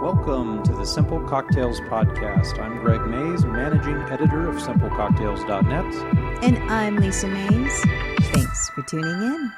Welcome to the Simple Cocktails Podcast. I'm Greg Mays, managing editor of simplecocktails.net. And I'm Lisa Mays. Thanks for tuning in.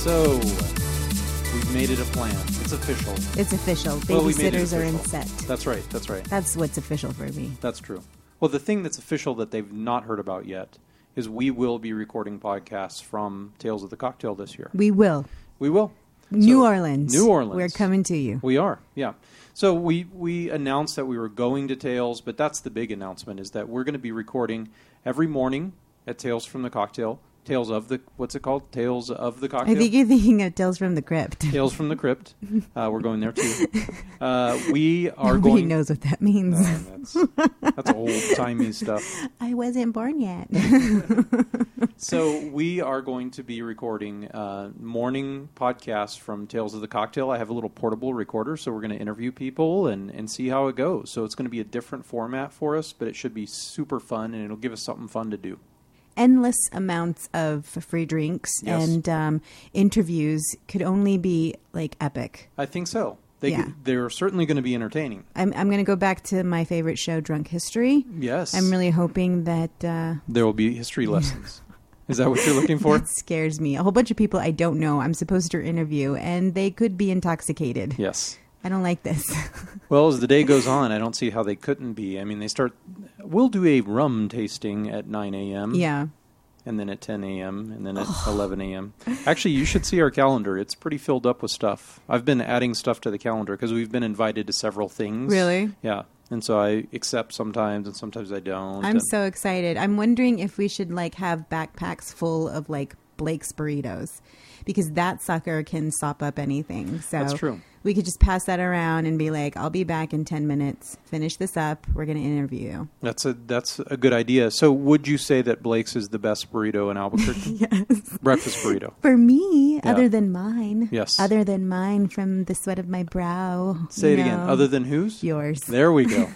So, we've made it a plan. It's official. It's official. Well, we made it Babysitters are in official. set. That's right. That's right. That's what's official for me. That's true. Well, the thing that's official that they've not heard about yet is we will be recording podcasts from Tales of the Cocktail this year. We will. We will. New So, Orleans. New Orleans. We're coming to you. We are, yeah. So we we announced that we were going to Tails, but that's the big announcement is that we're going to be recording every morning at Tales from the Cocktail, Tales of the what's it called? Tales of the I Cocktail. think you're thinking of Tales from the Crypt. Tales from the Crypt. Uh, we're going there too. Uh, we are Nobody going. knows what that means. No, that's, that's old timey stuff. I wasn't born yet. So we are going to be recording uh, morning podcasts from Tales of the Cocktail. I have a little portable recorder, so we're going to interview people and, and see how it goes. So it's going to be a different format for us, but it should be super fun, and it'll give us something fun to do. Endless amounts of free drinks Yes. and um, interviews could only be like epic. I think so. They Yeah. could- they're certainly going to be entertaining. I'm, I'm going to go back to my favorite show, Drunk History. Yes, I'm really hoping that uh, there will be history lessons. Is that what you're looking for? That scares me. A whole bunch of people I don't know I'm supposed to interview, and they could be intoxicated. yes. I don't like this. Well, as the day goes on, I don't see how they couldn't be. I mean, they start. We'll do a rum tasting at 9 a.m. yeah. and then at 10 a.m. and then at 11 a.m. Actually, you should see our calendar. It's pretty filled up with stuff. I've been adding stuff to the calendar because we've been invited to several things. Really? Yeah. And so I accept sometimes, and sometimes I don't. I'm and- so excited. I'm wondering if we should like have backpacks full of like Blake's burritos because that sucker can sop up anything. So That's true. We could just pass that around and be like, "I'll be back in 10 minutes. Finish this up. We're going to interview you." that's a that's a good idea. So, would you say that Blake's is the best burrito in Albuquerque? Yes. Breakfast burrito. For me, Yeah. other than mine. Yes. Other than mine from the sweat of my brow. Say it you again. know. Other than whose? yours. There we go.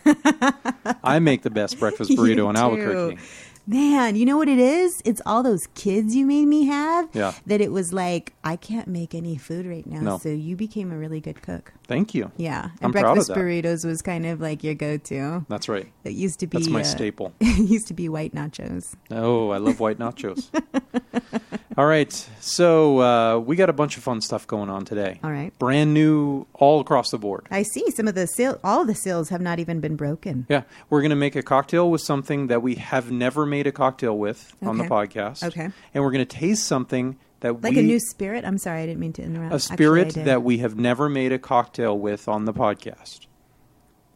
I make the best breakfast burrito You in do. Albuquerque. Man, you know what it is? It's all those kids you made me have. Yeah. That it was like, I can't make any food right now. No. So you became a really good cook. Thank you. Yeah. And I'm proud of breakfast that. burritos was kind of like your go to. That's right. It used to be That's my uh, staple. it used to be white nachos. Oh, I love white nachos. all right. So uh, we got a bunch of fun stuff going on today. All right. Brand new all across the board. I see some of the seal all the seals have not even been broken. Yeah. We're going to make a cocktail with something that we have never made a cocktail with on the Okay. podcast. Okay. And we're going to taste something that Like we. a new spirit. I'm sorry, I didn't mean to interrupt. a Actually, I spirit did. that we have never made a cocktail with on the podcast.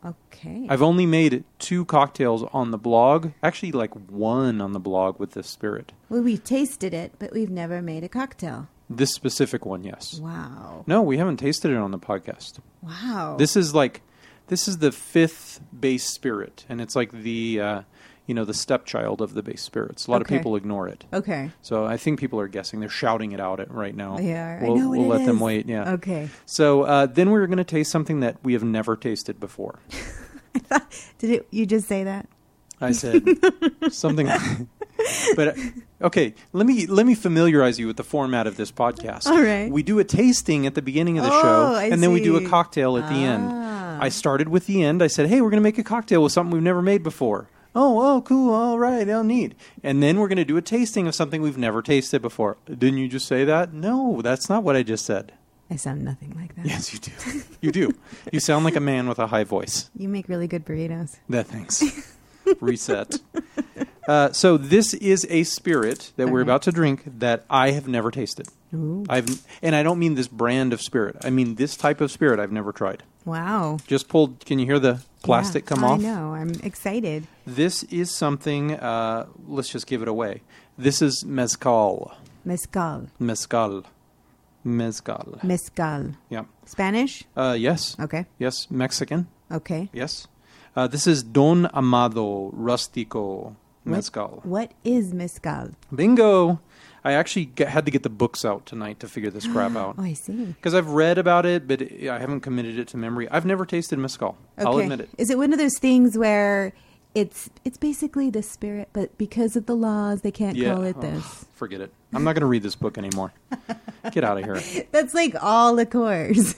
Okay. I've only made two cocktails on the blog, actually, like one on the blog with this spirit. well, we tasted it, but we've never made a cocktail. This specific one, yes. Wow. No, we haven't tasted it on the podcast. Wow. This is like this is the fifth base spirit, and it's like the uh, you know the stepchild of the base spirits. A lot Okay. of people ignore it, Okay. so I think people are guessing. They're shouting it out at right now. They are. I We'll, know what we'll it let them is. wait. Yeah. Okay. So uh, then we were going to taste something that we have never tasted before. Did it, you just say that? I said something, but uh, okay. Let me let me familiarize you with the format of this podcast. All right. we do a tasting at the beginning of the Oh, show, I and then we do a see. cocktail at the end. Ah. I started with the end. I said, "Hey, we're going to make a cocktail with something we've never made before." Oh, oh, cool. All right, I'll need. And then we're going to do a tasting of something we've never tasted before. Didn't you just say that? No, that's not what I just said. I sound nothing like that. Yes, you do. You do. you sound like a man with a high voice. You make really good burritos. That thanks. Reset. Uh, so this is a spirit that we're Alright. about to drink that I have never tasted. Ooh. I've and I don't mean this brand of spirit. I mean this type of spirit I've never tried. Wow. Just pulled. Can you hear the plastic Yeah. come I off? know. I'm excited. This is something. Uh, let's just give it away. This is mezcal. Mezcal. Mezcal. Mezcal. Mezcal. Yeah. Spanish? Uh, yes. Okay. Yes. Mexican. Okay. Yes. Uh, this is Don Amado Rustico mezcal. What is mezcal? Bingo! I actually g had to get the books out tonight to figure this crap out Oh, I see. because I've read about it, but I haven't committed it to memory. I've never tasted mezcal. I'll Okay. admit it. Is it one of those things where it's it's basically the spirit, but because of the laws, they can't Yeah, call it oh, this? forget it. I'm not going to read this book anymore. Get out of here. That's like all liqueurs.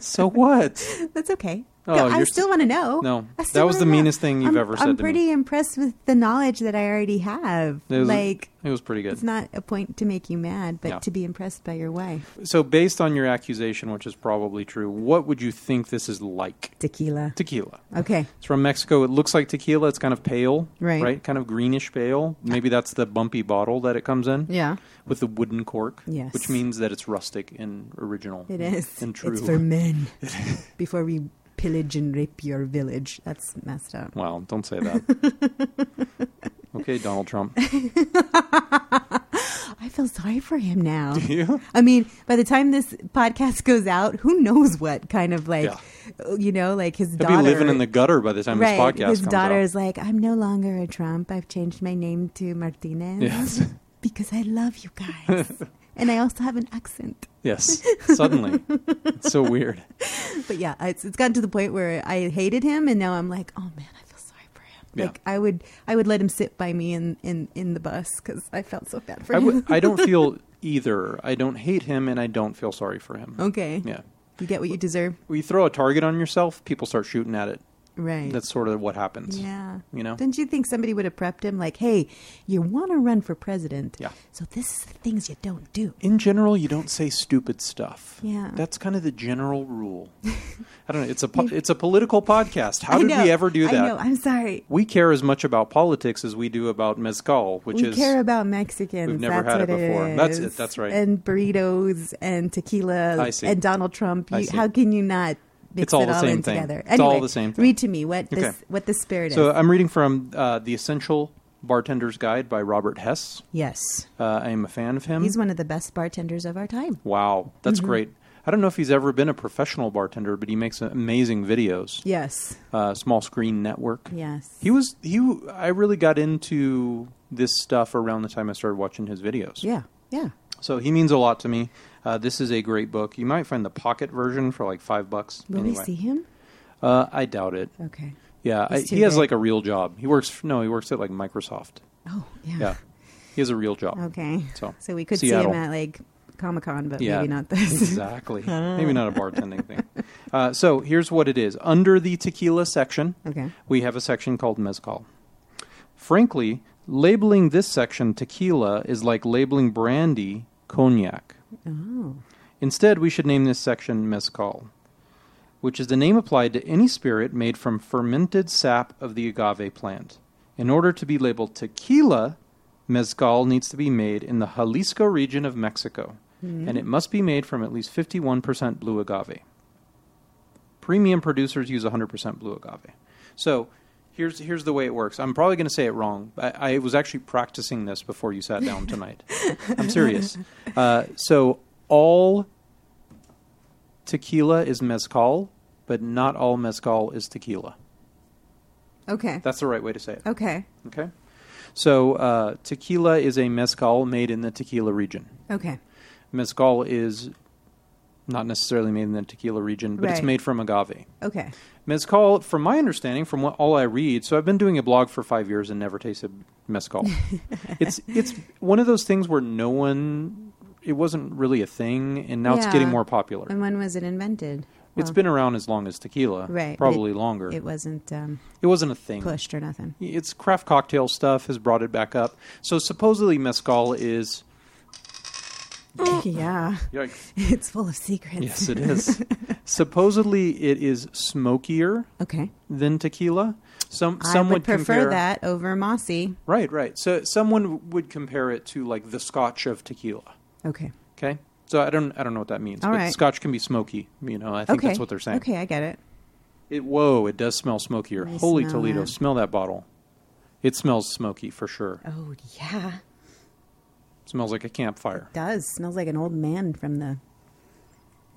So what? That's okay. Oh, No, I you're still s- want to know. No, I that still was wanna the know. meanest thing you've I'm- ever said I'm to me. pretty impressed with the knowledge that I already have. It was, like, it was pretty good. it's not a point to make you mad, but Yeah. to be impressed by your wife. So, based on your accusation, which is probably true, what would you think this is like? Tequila. Tequila. Okay. It's from Mexico. It looks like tequila. It's kind of pale, Right. Right, kind of greenish pale. Maybe that's the bumpy bottle that it comes in Yeah. with the wooden cork, Yes. which means that it's rustic and original. It is. and true. It's for men. Before we pillage and rape your village. That's messed up. Wow, don't say that. okay, Donald Trump. I feel sorry for him now. Yeah. I mean, by the time this podcast goes out, who knows what kind of like, you know, like his He'll daughter. be living in the gutter by the time right, this podcast his comes daughter out. is like, I'm no longer a Trump. I've changed my name to Martinez Yes. because I love you guys, and I also have an accent. Yes. Suddenly. it's so weird. But yeah, it's it's gotten to the point where I hated him, and now I'm like, oh man, I feel sorry for him. Yeah. Like I would I would let him sit by me in in in the bus because I felt so bad for I him. w- I don't feel either. I don't hate him and I don't feel sorry for him. okay, Yeah. you get what you deserve, When you throw a target on yourself, people start shooting at it. right? That's sort of what happens. yeah. You know? Don't you think somebody would have prepped him like, "Hey, you want to run for president? Yeah. So this is the things you don't do." In general, you don't say stupid stuff. Yeah. That's kind of the general rule. I don't know. It's a po- it's a political podcast. How I did know, we ever do that? I know. I'm sorry. We care as much about politics as we do about mezcal, which we is care about Mexicans. We've never That's had it what before. That's it. is. That's right. And burritos and tequila I see. and Donald Trump. I You, see. how can you not mix It's all it the all same in thing. together? It's all Anyway, the same thing. Read to me what this Okay. what the spirit So is. I'm reading from uh, The Essential Bartender's Guide by Robert Hess. Yes, Uh, I am a fan of him. he's Mm-hmm. one of the best bartenders of our time. wow, that's great. I don't know if he's ever been a professional bartender, but he makes amazing videos. Yes, Uh, small screen network. yes. He was he. I really got into this stuff around the time I started watching his videos. yeah, yeah. So he means a lot to me. Uh, this is a great book. You might find the pocket version for like five bucks. Will anyway, we see him? Uh, I doubt it. Okay. Yeah, I, He's too he has big. like a real job. He works. No, he works at like Microsoft. Oh yeah. Yeah, he has a real job. Okay. So, we could Seattle. see him at like Comic Con, but Yeah. maybe not this. Exactly. Maybe not a bartending thing. Uh, so here's what it is. Under the tequila section, Okay. we have a section called mezcal. Frankly, labeling this section tequila is like labeling brandy cognac. Oh. Instead, we should name this section mezcal, which is the name applied to any spirit made from fermented sap of the agave plant. In order to be labeled tequila, mezcal needs to be made in the Jalisco region of Mexico, and it must be made from at least 51% blue agave. Premium producers use 100% blue agave. So, Here's, here's the way it works. I'm probably going to say it wrong. I, I was actually practicing this before you sat down tonight. I'm serious. Uh, so all tequila is mezcal, but not all mezcal is tequila. Okay. That's the right way to say it. Okay. Okay. So uh, tequila is a mezcal made in the tequila region. Okay. Mezcal is not necessarily made in the tequila region, but it's Right. made from agave. Okay. Mezcal, from my understanding, from what all I read, so I've been doing a blog for five years and never tasted mezcal. it's it's one of those things where no one, it wasn't really a thing, and now it's Yeah. getting more popular. And when was it invented? it's Well, been around as long as tequila, Right, but Probably longer. It It, wasn't um, wasn't a thing. pushed or nothing. It's craft cocktail stuff has brought it back up. So supposedly mezcal is. yeah, Yikes. it's full of secrets. Yes, it is. supposedly, it is smokier Okay. than tequila. Some I some would prefer compare, that over mossy. Right, right. So someone would compare it to like the Scotch of tequila. Okay. Okay, so I don't I don't know what that means. All but right. Scotch can be smoky. You know, I think okay. that's what they're saying. Okay, I get it. It whoa, it does smell smokier. I Holy smell Toledo, that. smell that bottle. It smells smoky for sure. Oh yeah, smells like a campfire. does smells like an old man from the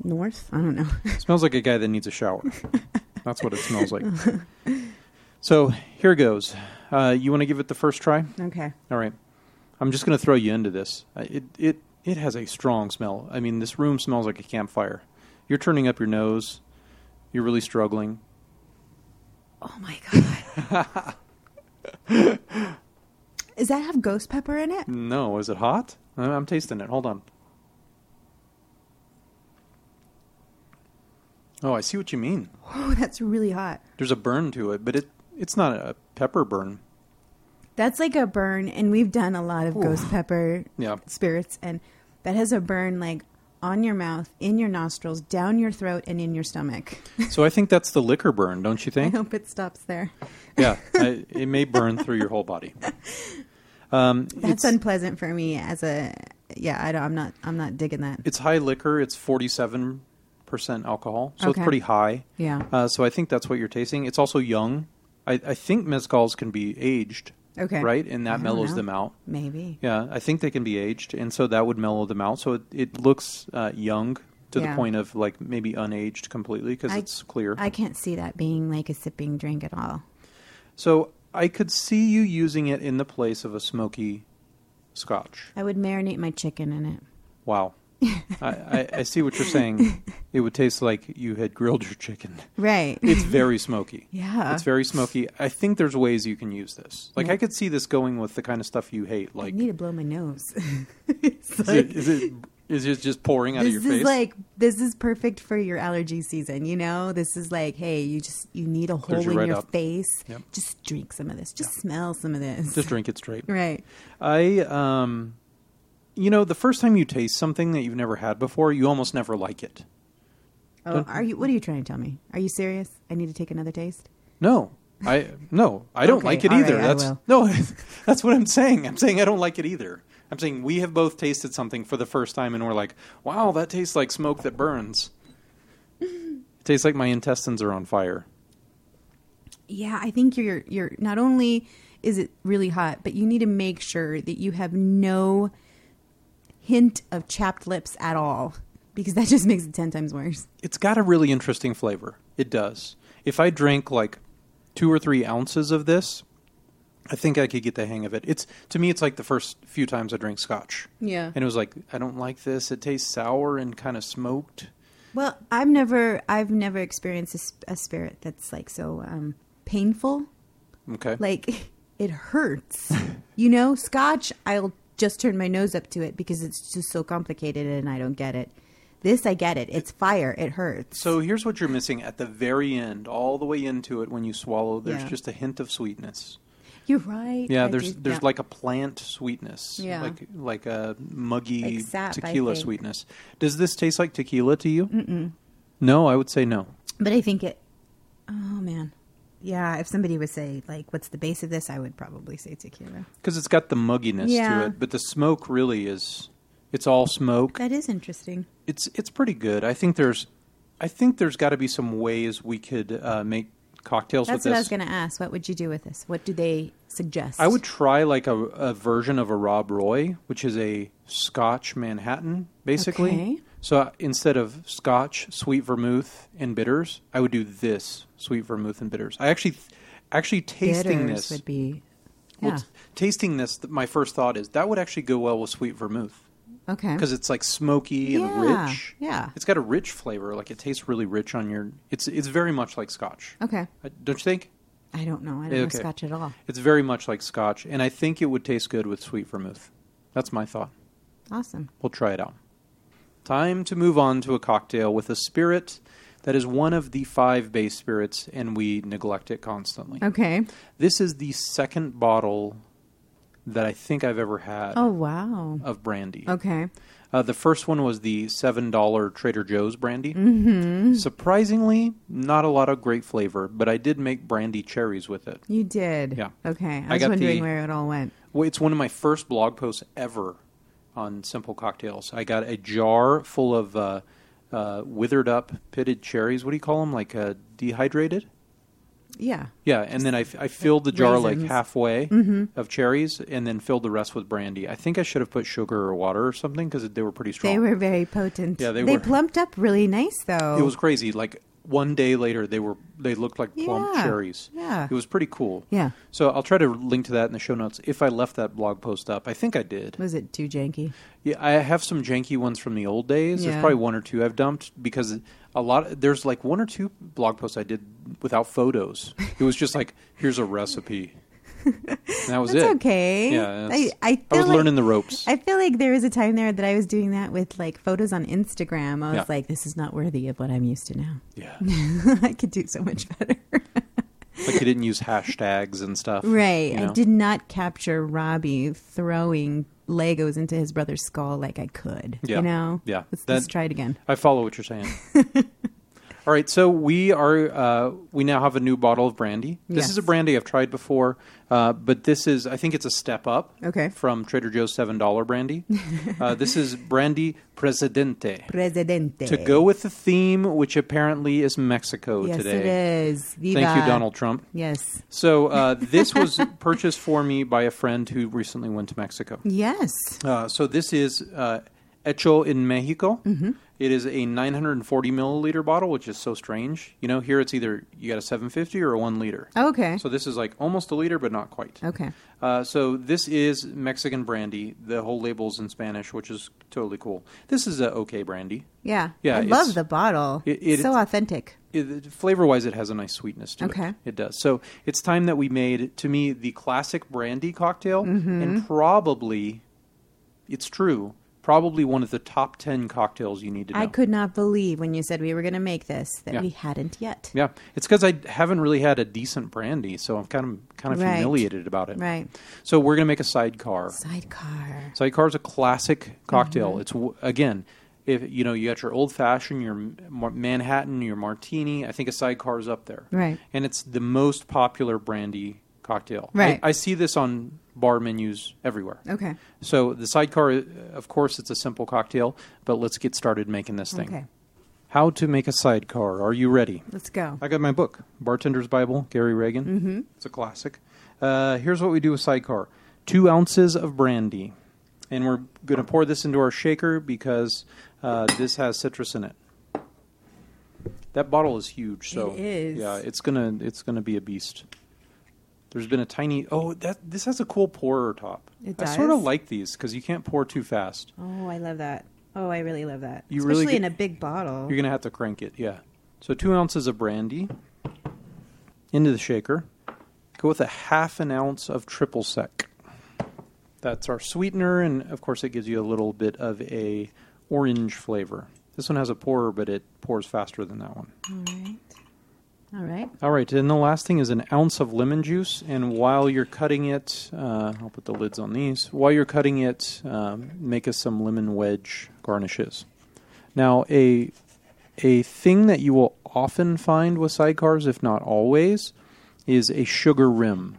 north. I don't know. smells like a guy that needs a shower. That's what it smells like. so here goes. Uh, you want to give it the first try? okay. All right. I'm just going to throw you into this. Uh, It it it has a strong smell. I mean, this room smells like a campfire. You're turning up your nose. You're really struggling. Oh my god. Does that have ghost pepper in it? Mm. No, is it hot? I- I'm tasting it. Hold on. Oh, I see what you mean. Whoa, Oh, that's really hot. There's a burn to it, but it it's not a pepper burn. That's like a burn, and we've done a lot of ghost pepper Yeah. spirits, and that has a burn like on your mouth, in your nostrils, down your throat, and in your stomach. So I think that's the liquor burn, don't you I think? hope it stops there. yeah, I, it may burn through your whole body. Um, That's it's, unpleasant for me as a yeah. I don't. I'm not. I'm not digging that. it's high liquor. It's forty-seven percent alcohol, so Okay. it's pretty high. Yeah. Uh, so I think that's what you're tasting. It's also young. I, I think mezcals can be aged, Okay. right, and I that don't mellows know. them out. Maybe. Yeah, I think they can be aged, and so that would mellow them out. So it, it looks uh, young to Yeah. the point of like maybe unaged completely because I- it's clear. I can't see that being like a sipping drink at all. so I could see you using it in the place of a smoky scotch. I would marinate my chicken in it. Wow. I, I, I see what you're saying. It would taste like you had grilled your chicken. Right. It's very smoky. Yeah. It's very smoky. I think there's ways you can use this. Like, Yeah. I could see this going with the kind of stuff you hate. I Like, need to blow my nose. is, it, is, it, is it just pouring out of this your is face? like this is perfect for your allergy season. You know, this is like, hey, you just you need a Clears hole you in right your up. face. Yep. Just drink some of this. Just smell some of this. just drink it straight. right. I, um, you know, the first time you taste something that you've never had before, you almost never like it. Oh, Don't- are you? What are you trying to tell me? Are you serious? I need to take another taste. No, I no, I don't Okay, like it all either. right, I that's will. no, that's what I'm saying. I'm saying I don't like it either. I'm saying we have both tasted something for the first time, and we're like, "Wow, that tastes like smoke that burns." it tastes like my intestines are on fire. Yeah, I think you're you're not only is it really hot, but you need to make sure that you have no hint of chapped lips at all because that just makes it 10 times worse. It's got a really interesting flavor. It does. If I drank like two or three ounces of this, I think I could get the hang of it. It's to me, it's like the first few times I drank scotch, Yeah. and it was like, "I don't like this. It tastes sour and kind of smoked." Well, I've never I've never experienced a, sp- a spirit that's like so um painful. Okay, Like it hurts. you know, scotch, I'll just turn my nose up to it because it's just so complicated and I don't get it. This I get it. It's fire. It hurts. So here's what you're missing at the very end, all the way into it when you swallow. There's Yeah. just a hint of sweetness. You're right. Yeah, I there's did- there's yeah. like a plant sweetness, Yeah. like like a muggy Like sap, I tequila think. sweetness. Does this taste like tequila to you? Mm-mm. No, I would say no. But I think it. Oh man, yeah. If somebody would say like, "What's the base of this?" I would probably say tequila. because it's got the mugginess Yeah. to it, but the smoke really is. It's all smoke. That is interesting. It's it's pretty good. I think there's, I think there's got to be some ways we could uh, make cocktails That's with this. what I was going to ask. What would you do with this? What do they suggest? I would try like a, a version of a Rob Roy, which is a Scotch Manhattan, basically. Okay. So uh, instead of Scotch, sweet vermouth, and bitters, I would do this sweet vermouth and bitters. I actually, actually tasting Bitters this, would be. well, Yeah. t- tasting this, th- my first thought is that would actually go well with sweet vermouth okay. because it's like smoky and Yeah, rich. yeah. it's got a rich flavor. Like it tastes really rich on your. It's it's very much like Scotch, Okay. Uh, don't you think? I don't know. I don't know Okay. scotch at all. It's very much like scotch, and I think it would taste good with sweet vermouth. That's my thought. Awesome. We'll try it out. Time to move on to a cocktail with a spirit that is one of the five base spirits, and we neglect it constantly. Okay. This is the second bottle that I think I've ever had Oh wow. of brandy. Okay. Uh, the first one was the $7 Trader Joe's brandy. Mm-hmm. Surprisingly, not a lot of great flavor, but I did make brandy cherries with it. You did. Yeah. Okay. I I was got wondering the- where it all went. Well, it's one of my first blog posts ever on simple cocktails. I got a jar full of uh, uh, withered up, pitted cherries. What do you call them? Like uh, dehydrated? Yeah. Yeah, and then I, f- I filled the jar raisins. Mm-hmm. like halfway of cherries, and then filled the rest with brandy. I think I should have put sugar or water or something because they were pretty strong. They were very potent. Yeah, they They were. plumped up really nice though. It was crazy. Like one day later, they were they looked like plump Yeah, cherries. yeah. it was pretty cool. Yeah. So I'll try to link to that in the show notes if I left that blog post up. I think I did. Was it too janky? Yeah, I have some janky ones from the old days. Yeah. There's probably one or two I've dumped because a lot. There's like one or two blog posts I did without photos. It was just like, here's a recipe. that was That's it. okay. Yeah, I, that's- I, feel I was like, learning the ropes. I feel like there was a time there that I was doing that with like photos on Instagram. I was Yeah. like, this is not worthy of what I'm used to now. yeah, I could do so much better. like you didn't use hashtags and stuff, right. you I know? did not capture Robbie throwing Legos into his brother's skull like I could. Yeah. You know? Yeah. Let's, That- let's try it again. I follow what you're saying. All right, so we are uh, we now have a new bottle of brandy. This Yes. is a brandy I've tried before, uh, but this is I think it's a step up Okay. from Trader Joe's seven dollar brandy. uh, this is brandy Presidente. Presidente. To go with the theme, which apparently is Mexico yes, today. it is. Viva. Thank you, Donald Trump. Yes. So uh, this was purchased for me by a friend who recently went to Mexico. Yes. Uh, so this is uh, Hecho in Mexico. Mm-hmm. It is a 940 milliliter bottle, which is so strange. You know, here it's either you got a 750 or a one liter. Okay. So this is like almost a liter, but not quite. okay. Uh, so this is Mexican brandy. The whole label's in Spanish, which is totally cool. This is a okay brandy. Yeah. Yeah, I it's- love the bottle. it- it- it's so authentic. Flavor wise, it has a nice sweetness to it. Okay. It does. So it's time that we made, to me, the classic brandy cocktail, Mm-hmm. and probably, it's true, probably one of the top 10 cocktails you need to know. I could not believe when you said we were going to make this that Yeah. we hadn't yet. Yeah, it's because I haven't really had a decent brandy, so I'm kind of kind of Right. humiliated about it. Right. So we're gonna make a sidecar. Sidecar. Sidecar is a classic Mm-hmm. cocktail. It's w It's again, if you know you got your old fashioned, your Ma- Manhattan, your martini. I think a sidecar is up there. Right. And it's the most popular brandy cocktail. I- Right. I, see this on bar menus everywhere. Okay. So the sidecar, uh, of course, it's a simple cocktail, but let's get started making this thing. Okay. How to make a sidecar? Are you ready? Let's go. I got my book, Bartender's Bible, Gary Reagan. Mm-hmm. It's a classic. Uh, here's what we do with sidecar two ounces of brandy. And we're going to pour this into our shaker because uh, this has citrus in it. That bottle is huge, so It is. yeah, it's gonna it's gonna be a beast. There's been a tiny oh that this has a cool pourer top. It I sort of does? like these because you can't pour too fast. Oh, I love that. Oh, I really love that. You really Especially get- in a big bottle. You're gonna have to crank it, yeah. So two ounces of brandy into the shaker. Go with a half an ounce of triple sec. That's our sweetener, and of course it gives you a little bit of a orange flavor. This one has a pourer, but it pours faster than that one. All right. All right. All right, and the last thing is an ounce of lemon juice. And while you're cutting it, uh, I'll put the lids on these. While you're cutting it, um, make us some lemon wedge garnishes. Now, a a thing that you will often find with sidecars, if not always, is a sugar rim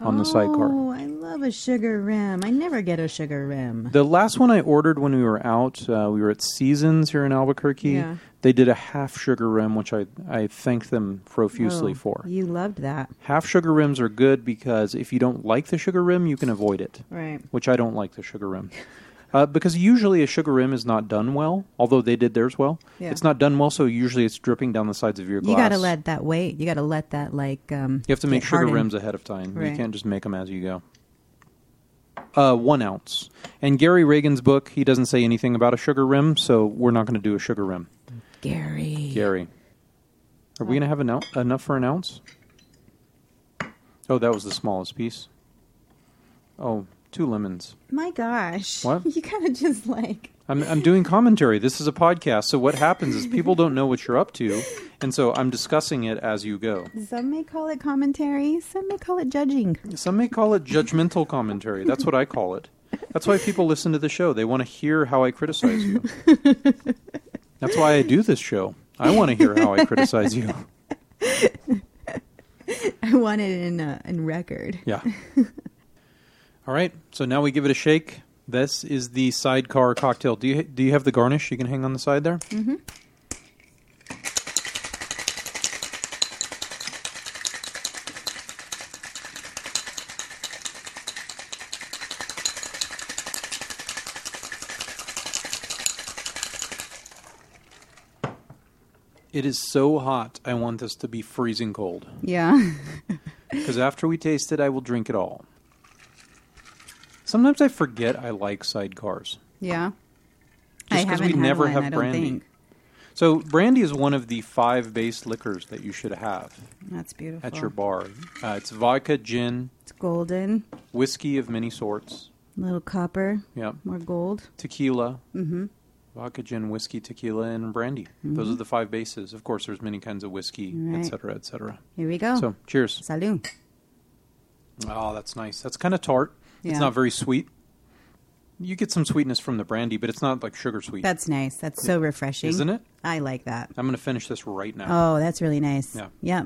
on the sidecar. Oh, I love a sugar rim. I never get a sugar rim. The last one I ordered when we were out, uh, we were at Seasons here in Albuquerque. Yeah. They did a half sugar rim, which I I thank them profusely Oh, for. You loved that. Half sugar rims are good because if you don't like the sugar rim, you can avoid it, Right. which I don't like the sugar rim. Uh, because usually a sugar rim is not done well, although they did theirs well. Yeah. It's not done well, so usually it's dripping down the sides of your glass. You got to let that wait. You got to let that like um You have to make get sugar hardened. rims ahead of time. You Right. can't just make them as you go. Uh, one ounce. And Gary Reagan's book, he doesn't say anything about a sugar rim, so we're not going to do a sugar rim. Gary. Gary, are we going to have an, ou- enough for an ounce? Oh, that was the smallest piece. Oh, two lemons. My gosh. What? You kind of just like I'm, I'm doing commentary. This is a podcast, so what happens is people don't know what you're up to, and so I'm discussing it as you go. some may call it commentary, some may call it judging. Some may call it judgmental commentary. That's what I call it. That's why people listen to the show. They want to hear how I criticize you. That's why I do this show. I want to hear how I criticize you. I want it in uh, in record. Yeah. All right. So now we give it a shake. This is the sidecar cocktail. Do you do you have the garnish you can hang on the side there? Mm-hmm. It is so hot. I want this to be freezing cold Yeah. because after we taste it, I will drink it all. Sometimes I forget I like sidecars. Yeah. Just 'cause we haven't had never one, have I don't brandy. think. So brandy is one of the five base liquors that you should have That's beautiful. at your bar. Uh, it's vodka, gin, It's golden, whiskey of many sorts. little copper, Yep. more gold. Mm-hmm. tequila, vodka, gin, whiskey, tequila, and brandy. Those are the five bases. Of course, there's many kinds of whiskey, Right. Oh. et cetera, et cetera. Here we go. So, cheers. Salud. Oh, that's nice. That's kind of tart. Yeah. It's not very sweet. You get some sweetness from the brandy, but it's not like sugar sweet, That's nice. That's so refreshing. isn't it? I like that. I'm going to finish this right now. Oh, that's really nice. Yeah. Yeah.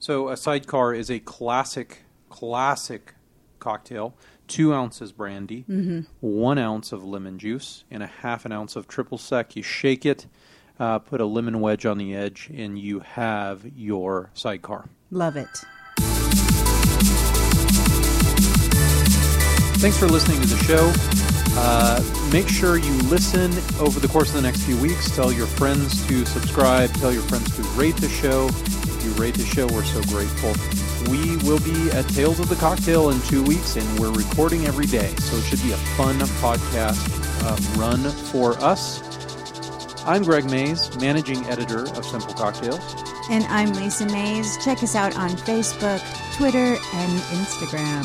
so, a sidecar is a classic, classic cocktail. Two ounces brandy, one ounce of lemon juice, and a half an ounce of triple sec. You shake it, uh, put a lemon wedge on the edge, and you have your sidecar. Love it. Thanks for listening to the show. Uh, make sure you listen over the course of the next few weeks. Tell your friends to subscribe. Tell your friends to rate the show. If you rate the show, we're so grateful. We will be at Tales of the Cocktail in two weeks, and we're recording every day. So it should be a fun podcast uh, run for us. I'm Greg Mays, managing editor of Simple Cocktails. And I'm Lisa Mays. Check us out on Facebook, Twitter, and Instagram.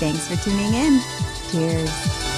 Thanks for tuning in. Cheers.